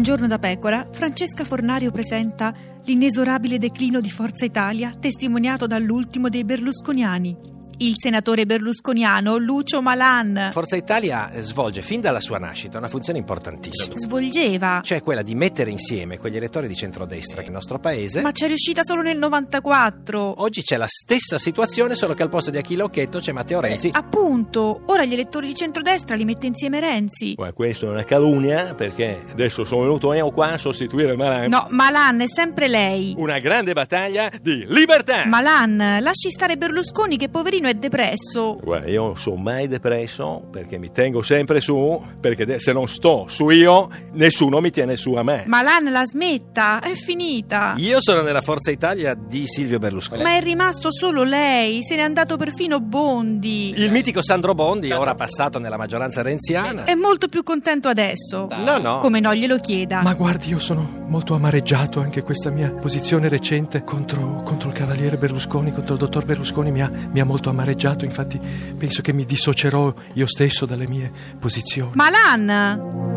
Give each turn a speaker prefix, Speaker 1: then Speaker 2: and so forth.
Speaker 1: Un giorno da pecora, Francesca Fornario presenta l'inesorabile declino di Forza Italia, testimoniato dall'ultimo dei berlusconiani, il senatore berlusconiano Lucio Malan.
Speaker 2: Forza Italia eh, svolge fin dalla sua nascita una funzione importantissima,
Speaker 1: Svolgeva,
Speaker 2: cioè quella di mettere insieme quegli elettori di centrodestra del nostro paese.
Speaker 1: ma c'è riuscita solo nel 94.
Speaker 2: Oggi c'è la stessa situazione, solo che al posto di Achille Occhetto c'è Matteo
Speaker 1: Eh,
Speaker 2: Renzi.
Speaker 1: Appunto, ora gli elettori di centrodestra li mette insieme Renzi.
Speaker 3: Ma questa è una calunnia perché adesso sono venuto io qua a sostituire Maran.
Speaker 1: No, Malan è sempre lei.
Speaker 3: Una grande battaglia di libertà.
Speaker 1: Malan, lasci stare Berlusconi che poverino è depresso.
Speaker 3: Guarda, io non sono mai depresso perché mi tengo sempre su, perché de- se non sto su io, nessuno mi tiene su a me.
Speaker 1: Malan la smetta, è finita.
Speaker 2: Io sono nella Forza Italia di Silvio Berlusconi.
Speaker 1: Ma è rimasto solo lei, se n'è andato perfino Bondi.
Speaker 2: Il mitico Sandro Bondi,
Speaker 4: Sandro-
Speaker 2: ora passato nella maggioranza renziana.
Speaker 1: È molto più contento adesso.
Speaker 2: No, no.
Speaker 1: Come no glielo chieda.
Speaker 5: Ma guardi, io sono molto amareggiato anche questa mia posizione recente contro, contro il cavaliere Berlusconi, contro il dottor Berlusconi, mi ha, mi ha molto amareggiato, infatti penso che mi dissocierò io stesso dalle mie posizioni.
Speaker 1: Malan!